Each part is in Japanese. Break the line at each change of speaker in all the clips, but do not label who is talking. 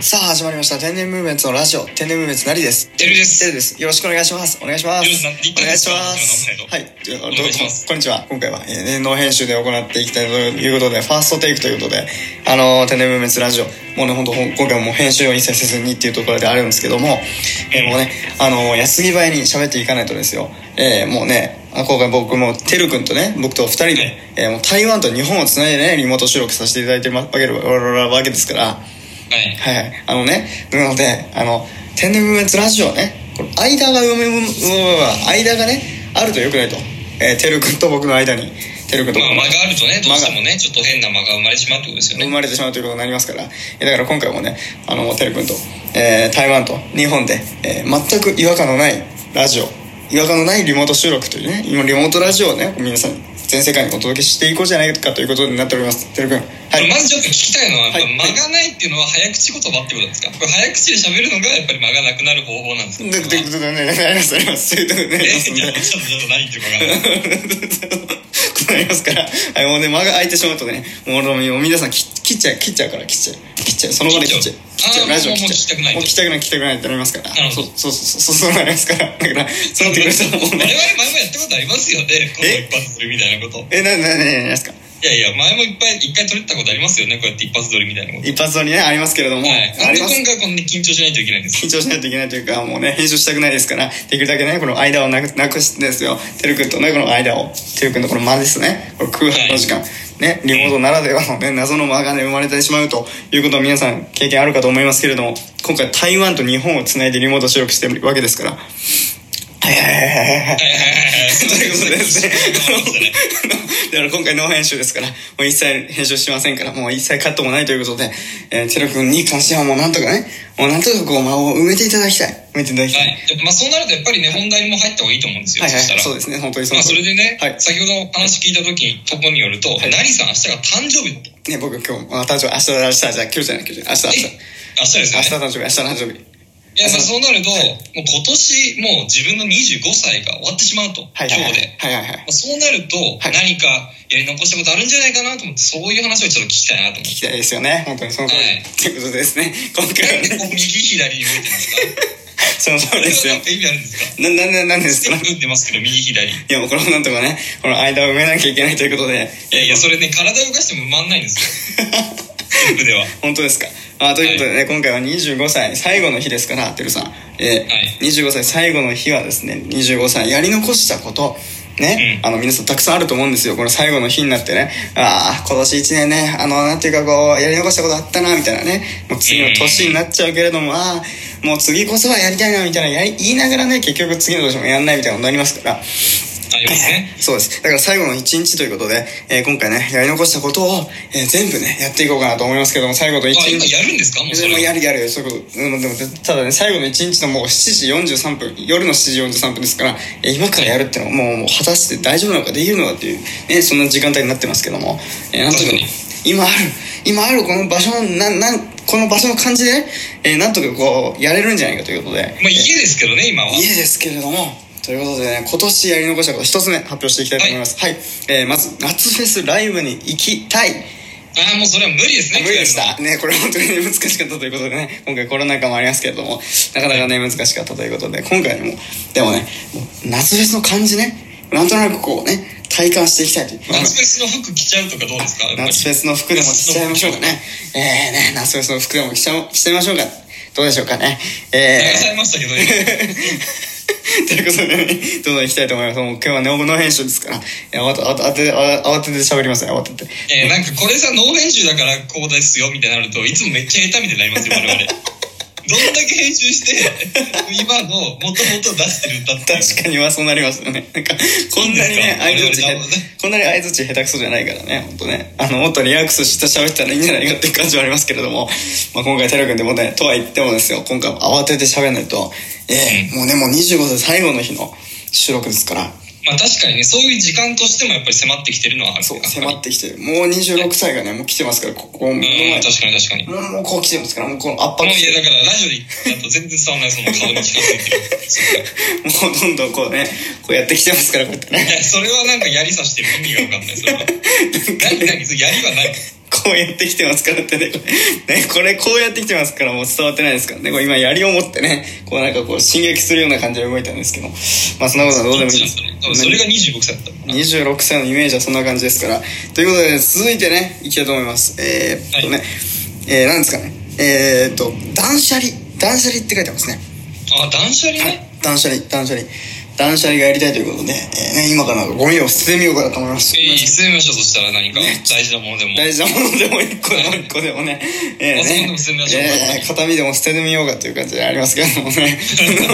始まりました天然ムーブメンツのラジオ天然ムーブメンツなりです
てるです。
テルですよろしくお願いしますお願いします
よろしく
お
お
願
願
い
い
し
し
ま
ます
すはいどうぞ
お願いします
こんにちは今回は、えー、年能編集で行っていきたいということでファーストテイクということであのー天然ムーブメンツラジオもうね本当今回はもう編集を一切せずにっていうところであるんですけども、えーもうねあのー安木早に喋っていかないとですよえーもうねあ今回僕もてるくんとね僕と二人で、
はい
えーもう台湾と日本をつないでねリモート収録させていただいてるわけでわけですから
はい。
はいはい。あのね、なので、あの、天然ムーブメンツラジオはね、この間が埋め、うわ間がね、あると良くないと。えー、てるくんと僕の間に、てるくんと
ま
僕
あ、
の
間があるとね、どうしてもね、ちょっと変な間が生まれてしまうってことですよ
生
ね。
まれてしまうということになりますから、えーだから今回もね、あの、てるくんと、えー台湾と日本で、えー全く違和感のないラジオ、違和感のないリモート収録というね、今リモートラジオをね、皆さんに全世界にお届けしていこうじゃないかということになっております。てるくん。はい。
まずちょっと聞きたいのは、
はい
やっぱ間がないっていうのは早口言葉ってことですかこれ早口で喋るのがやっぱり間がなくなる方法なんですか
で、で、で、で、ね、あります、あります。そういうところね、あり
え
ますん
じゃあ
で
ちょっとちょっと何言ってる かわかんない。
ことなりますから、はい、もうね、間が空いてしまうとね、もうもう皆さん切切っちゃう、切っちゃうから、切っちゃう。切っちゃう、その場で切っちゃう。切
切
っち
っち
ゃ
ゃ
う、
う
ラジオ
あー
切っちゃう。も
も
う
う
切
切
りたくない、切りたくないってなりますから。
なる
そ
ほ
う
ど
そうそう、そう、そうなりますから。だから、そうなってくるともう
我
ね。
々前もやったことありますよね。この一発撮りみたいなこと。
え、な、な、な、な、なんですか
いやいや、前もいっぱい、一回撮れたことありますよね。こうやって一発撮りみたいなこと。
一発撮りね、ありますけれども、
はい。
あ
なん
り
で
ます
今回こんな緊張しないといけないんですか
緊張しないといけないというか、もうね、編集したくないですから、できるだけね、この間をなくなくしてですよ、てるくんとね、この間を、てるくんのこの間ですね、この空白の時間、ね、リモートならではのね、謎の間がね、生まれてしまうということを皆さん経験あるかと思いますけれども、今回台湾と日本をつないでリモート収録してるわけですから、はいはいはいはいはい。
はいはいはいはい。
ということでですね。
は
だから今回ノー編集ですから、もう一切編集しませんから、もう一切カットもないということで、えー、テロ君に関してはもうなんとかね、もうなんとかこう間を埋めていただきたい。埋めていただきたい。
い。まあそうなるとやっぱりね、本題も入った方がいいと思うんですよ。
はい、はい、
そしたら
そうですね、本当にそう
まあ、それでね、
はい
先ほど話聞いた時とこによると、
い
ナリさん明日が誕生日だと。
ね、僕今日、あ、誕生日、明日、明日、じゃあ今日じゃない、今日じゃない、明日、明日。
明日です
明
よ
日
ね。
誕生日、明日誕生日。
いや、まあ、そうなると、もう今年、もう自分の25歳が終わってしまうと、
はい、はい
今
はい
日で。。
はい、はい、はい
ま。あ、そうなると、
はい
何かやり残したことあるんじゃないかなと思って、そういう話をちょっと聞きたいなと思っ
聞
て。
きたいですよね、本当にその通り。
はい
ということでですね、今回
な
は
んでこう
ね、
右左に動いてるんですか
その通りです
それ
よ
はなん。か意味あるんですか
な、な、な、なんですか
全部打ってますけど、右左。い
いや、もうこれをなんとかね、この間を埋めなきゃいけないということで、
やいや、それね、体動かしても埋まんないんですよ。全部では。
本当ですか。あということでね、今回は25歳最後の日ですから、てるさん。えー
はい
25歳最後の日はですね、25歳やり残したこと、ね、
うん
あの皆さんたくさんあると思うんですよ。この最後の日になってね、ああ、今年1年ね、あの、なんていうかこう、やり残したことあったな、みたいなね、もう次の年になっちゃうけれども、ああ、もう次こそはやりたいな、みたいなやり、言いながらね、結局次の年もやんないみたいなことになりますから、
ありますね。
そうです。だから最後の一日ということで、えー今回ね、やり残したことを、えー全部ね、やっていこうかなと思いますけども、最後の一
あ、今
日。
やるんですかもうそ
で
れ
も
は。
やるやる、そういうこと。でもでもただね、最後の一日のもう7時43分、夜の7時43分ですから、えー今からやるってのはもう、もう果たして大丈夫なのか、できるのかっていう、ね、そんな時間帯になってますけども、えーなんとか
確かに、
今ある、今あるこの場所の、なん、なん、この場所の感じで、ね、えーなんとかこう、やれるんじゃないかということで。
まあ、家ですけどね、今は。
家ですけれどもということでね今年やり残したこと一つ目発表していきたいと思いますはい、えーまず夏フェスライブに行きたい
ああ、もうそれは無理ですね。
無理でし
今
たねこれ本当に難しかったということでね今回コロナ禍もありますけれどもなかなかね難しかったということで今回もでもねもう夏フェスの感じねなんとなくこうね体感していきたいという
日は。夏フェスの服着ちゃうとかどうですかやっぱり
夏フェスの服でも着ちゃいましょうかねえー、ね夏フェスの服でも着ちゃお着ちゃいましょうかどうでしょうかねえ
流
ー
されましたけどね。
ということでね、どんどん行きたいと思います。もう今日はね、オブの編集ですから、いや慌て慌て慌て慌てて喋りますね、慌てて。
えー、なんかこれさ、ノー編集だからこうですよみたいになると、いつもめっちゃ下手みたいになりますよ、我々。 どんだけ編集して、今の元々出してるんだって。
確かにはそうなりますよね。なんか、こんなにね、相
いいん
づ
です
ち
か
へ
我々頑張るね、
こんなに相づち下手くそじゃないからね、ほんとね。あの、もっとリラックスして喋ったらいいんじゃないかっていう感じはありますけれども、まあ今回、テラ君でもね、とは言ってもですよ、今回も慌てて喋んないと、ええもうね、もう25歳最後の日の収録ですから、
まあ確かにね、そういう時間としてもやっぱり迫ってきてるのはある
そう、
やっぱり
迫ってきてる。もう26歳がね、もう来てますから、ここ、もう
う
前
ん、確かに確かに。も
もう、もうこう来てますから、もうこの圧迫
うい
して
や、だからラジオで言ったと全然伝わんない、その顔に近づいてる。
もうどんどんこうね、こうやってきてますから、こうやって
い
ね。
や、それはなんか槍さしてる意味が分かんない、それは。
なんか
何、
ね、
何、それ槍はない。
ここうやってきてますからってね。これね、これこうやってきてますからもう伝わってないですからね。こう今槍を持ってね、こうなんかこう進撃するような感じで動いたんですけど。まあそんなことはどうでもいいで。
です多分それが26歳だったのかな。
26歳のイメージはそんな感じですから。ということで、続いてね、いきたいと思います。えー、っとね、えー、なんですかね。えー、っと、断捨離。断捨離って書いてますね。
あ、断捨離
はい
ね。。
断捨離、断捨離。断捨離がやりたいということで、えーね、今からゴミを捨ててみようかなと思います。
えー、捨てみましょう、そしたら何か大事なものでも。
大事なものでも一個でも一個でもね、え
あそんな
ね
のも捨てましょう
えー片身でも捨ててみようかという感じでありますけども ね、あ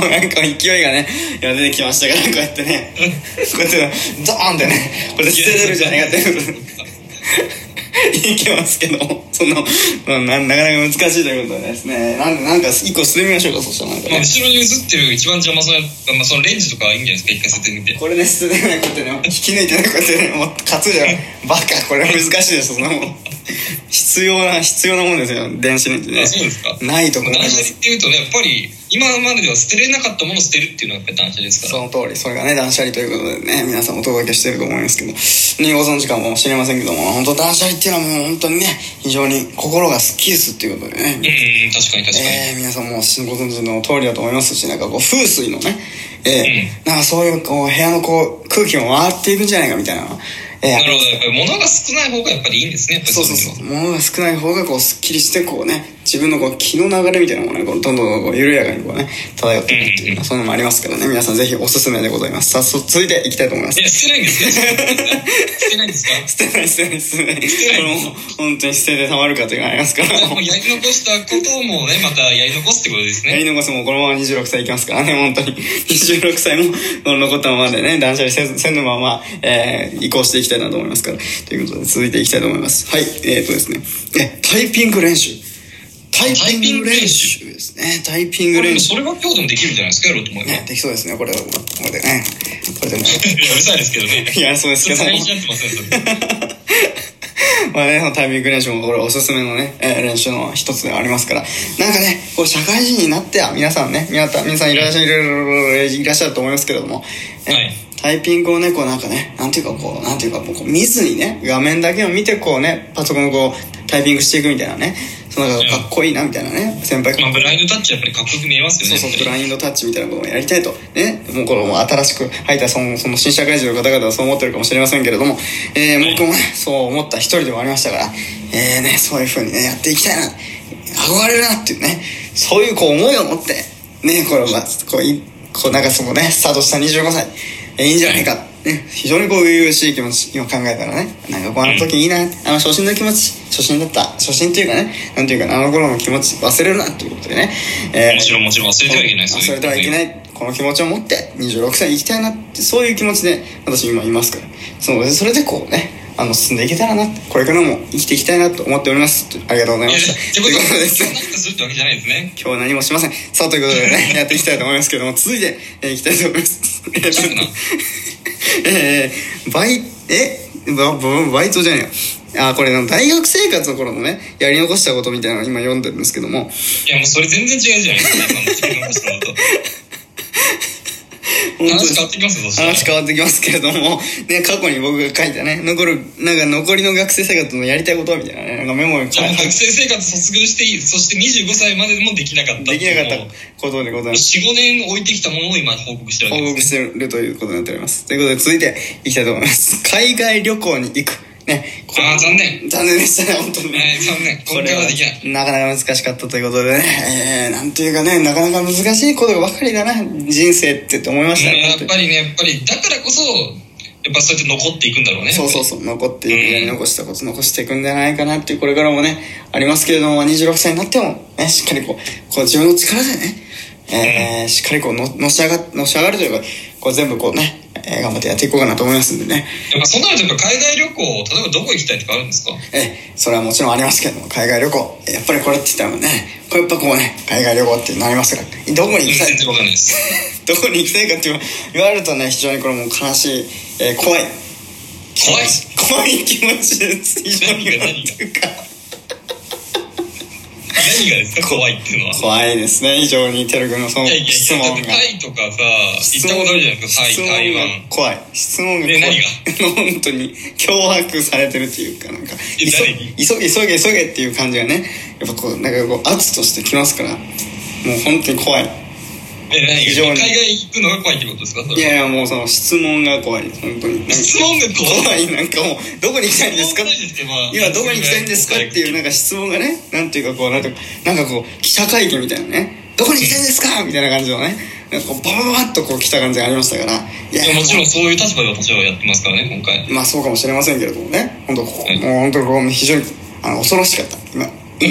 のなんか勢いがね、今出てきましたから、こうやって ね、こうやってドーンってね、これ捨てれるじゃないかっていうこと で。いけますけど、その、まあな、なかなか難しいということでですね、なんなんか一個捨ててみましょうか、そしたらなんか
まあ、
ね。
後ろに映ってる一番邪魔そうな、まあ、そのレンジとかはいいんじゃないですか、一回捨ててみて。
これで捨ててないことね引き抜いてないことねもう勝つじゃんバカこれは難しいですそんなもん必要な必要なもんですよ電子レンジね
あ、そうですか。
ないと
ま
思いま
あ断捨離
す
っていうとね、やっぱり、今まででは捨てれなかったものを捨てるっていうのはやっぱり断捨離ですから。
その通りそれがね断捨離ということでね皆さんお届けしてると思いますけどねご存知かもしれませんけども本当断捨離っていうのはもう本当にね非常に心がスッキリするっていうことでね
うんうん、確かに確かに。
えー皆さんもうご存知の通りだと思いますし、なんかこう、風水のね、えーなんかそういうこう、部屋のこう、空気も回っていくんじゃないかみたいな、えー
なるほど。やっぱり物が少ない方がやっぱりいいんですね。やっぱり
そうそう
い
そ
のは
う。物が少ない方がこう、スッキリして、こうね、自分のこう、気の流れみたいなものがね、こうどんどんこう緩やかにこうね、漂っていくっていう
うんう
か、そういうのもありますからね、皆さんぜひおすすめでございます。さあ、そ続いていきたいと思います
い。や、捨てないん ですか捨てないんですか
捨てない捨てない捨てない。 こ
てない
れも、本当に捨ててたまるかというのがありますから。
もうやり残したこともね、またやり残すってことです
や
ね。
り残すもこのまま26歳いきますからね、本当に。26歳も残ったままでね、断捨離せずせぬまま、えー移行していきたいなと思いますから。ということで、続いていきたいと思います。はい、えーとですね、え、タイピング練習。タイピング練習ですね。タイピング
これ
練
も
習。
それは今日でもできるんじゃないですかやろうと思えば。いや、
ね、できそうですね、これ、これでね。これでも。
うるさいですけどね。
いや、そうです
そ
け
れ
ども
最。近やってません、それ。
まあね、そのタイピング練習もこれおすすめのね、えー練習の一つではありますから。なんかね、こう社会人になっては皆さんね、皆さん、皆さんいらっしゃいる、いらっしゃると思いますけれども、え
はい
タイピングをね、こうなんかね、なんていうかこう、なんていうかもうこう見ずにね、画面だけを見てこうね、パソコンをこうタイピングしていくみたいなね、そのなんかかっこいいなみたいなね、先輩
まあ、ブラインドタッチはやっぱりかっこよく見えますよ
そう
ね。
そう、ブ
やっぱり
ラインドタッチみたいなこともやりたいと。ね。もうこれもう新しく入ったその、その新社会人の方々はそう思ってるかもしれませんけれども、えー、僕もね、そう思った一人でもありましたから、えー、ね、そういう風にね、やっていきたいな、憧れるなっていうね、そういうこう思いを持って、ね、これをまあ、こう、いこうなんかそのね、スタートした25歳、えーいいんじゃないか。ね、非常にこう、優々しい気持ち、今考えたらね、なんかこう、あの時いいな、あの初心の気持ち、初心だった、初心というかね、なんていうかな、あの頃の気持ち忘れるな、ということでね、えー
もちろんもちろん忘れてはいけない。
忘れてはいけ
い。
ないこの気持ちを持って26歳に行きたいなってそういう気持ちで私今いますからそのそれでこうねあの進んでいけたらなってこれからも生きていきたいなと思っておりますありがとうございま
いや、っ
してた
こ
という
と は、
ことで
何
ですね
かするってわけじゃないですね。
今日は何もしませんさあということで ねやっていきたいと思いますけども続いて、えーいきたいと思いますえ
うな
ー えーバイえバババイトじゃねえよあーこれの大学生活の頃のねやり残したことみたいなのを今読んでるんですけども
いや、もうそれ全然違うじゃないですか。今の自分の話と話変わってきますよ、そしたら。
話変わってきますけれども、ね、過去に僕が書いたね、残る、なんか残りの学生生活のやりたいことみたいなね、なんかメモに
じ
書
ゃあも
いう
学
て、
生生活卒業していい。そして25歳までもできなかった
できなか
もう
ったことでございます。
4、5年置いてきたものを今報告してるわ
報
けです
告してるということになっております。ということで続いていきたいと思います。海外旅行に行く。ね。これ
あー残念。
残念でしたね、本当にね。
えー残念。
こ
今
れ
回
は
はできない。
なかなか難しかったということでね、えー、なんというかね、なかなか難しいことばかりだな、人生ってって思いましたね。
うん
本
や
当
っ
に
ぱりね、やっぱり、だからこそ、やっぱそうやって残っていくんだろうね。
そうそう
そ
そう残っていくやり残したこと残していくんじゃないかなっていうこれからもねありますけれども26歳になってもねしっかりこうこう自分の力でねえー、しっかりこうののし上がのし上がるというかこう全部こうね、えー頑張ってやっていこうかなと思いますんでね、
やっぱそうなると、やっぱ海外旅行、例えばどこ行きたいとかあるんですか
えーそれはもちろんありますけれども海外旅行やっぱりこれって言ったらねこれやっぱこうね海外旅行ってなりますからどこに行きたい
全然わかんないです。
どこに行きたいかって言われるとね非常にこれもう悲しい、えー怖い
怖い
怖い気持ちです非常に
何が何が
なんていうか
何がですか怖いっていうのは。
怖いですね、非常に、テル君のその
いやいや
質
いや、だっ
問
て
が。
タイとかさ、行ったことあるじゃないですか、タイ、
質問が
台湾。
怖い。質問が怖い。
で何が
本当に、脅迫されてるっていうか、なんか、急
え誰に
急げ、急げ、急げっていう感じがね、やっぱこう、なんかこう、圧としてきますから、もう本当に怖い。
え、何
非常
が
に
海外行くのが怖いってことですかそ
い
れは
やいや、もうその質問が怖い、本当に。なんか
質問が怖い。
怖い、なんかもう、どこに行きたいんですか今どこに行きたいんですかっていうなんか質問がねなんていうかこうなんていうかなんかこう記者会見みたいなねどこに行きたいんですかみたいな感じのねなんかこうババババッとこう来た感じがありましたからい
いやもちろんそういう立場で私はやってますからね、今回。
まあそうかもしれませんけれどもね本当ここ
はい
もう本当にこう非常にあの恐ろしかった今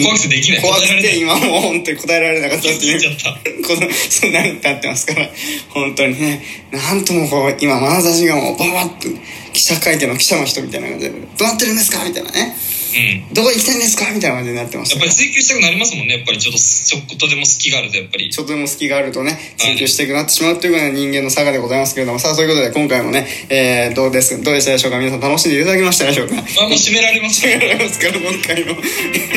怖くてできない。
怖く
答えられな
て
い。
今もう本当に答えられなかったってい
言
う
っちゃった。
このそんなになってますから本当にねなんともこう今眼差しがもうババッと記者会見の記者の人みたいな感じで「どうなってるんですか?」みたいなね
うん。
「どこ行きたいんですか?」みたいな感じになってました
やっぱり追求したくなりますもんね、やっぱりちょっと、ちょっとでも隙があると、やっぱり。
ちょっとでも隙があるとね、追求していくなってしまうというのが人間の差がでございますけれども、さあ、そういうことで今回もね、えー、どうです、どうでしたでしょうか皆さん楽しんでいただきましたでしょうか あ
あ、もう閉められました。
りがとうござい
全
ますから、今回も。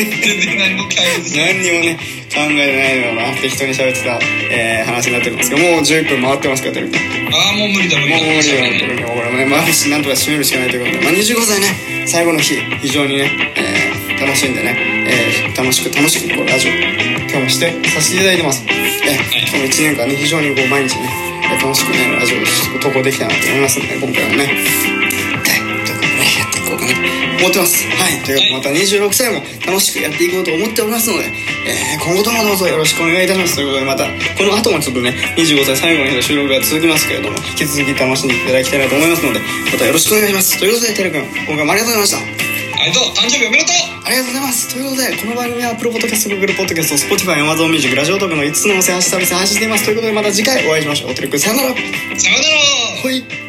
然何も解決しない。
何にもね、考えてないのが適当に喋ってた、えー、話になってるんですけど、もう10分回ってますから、テレビ。もう
あー、もう無理だ、無理だ。
無理だ
無理だ
よ、これもね、まあ、なんとか締めるしかないということで、まあ、25歳ね、最後の日、非常にね、えー、楽しんでね、えー、楽しく楽しく、こう、ラジオ、今日もしてさせていただいてます。えー
はい
この1年間ね非常にこう毎日ね楽しくねラジオを投稿できたなと思いますので今回はねはいということでねやっていこうかなと思ってますはいということでまた26歳も楽しくやっていこうと思っておりますので、えー今後ともどうぞよろしくお願いいたしますということでまたこの後もちょっとね25歳最後の日の収録が続きますけれども引き続き楽しんでいただきたいなと思いますのでまたよろしくお願いしますということでてるくん今回もありがとうございました
ありがとう、誕生日おめでとう
ありがとうございます。ということで、この番組は Apple Podcast、Google Podcast、Spotify、Amazon Music、ラジオトークの5つの音声配信サービスで配信しています。ということで、また次回お会いしましょう。おてるくん、さよなら。
さようなら
ほい。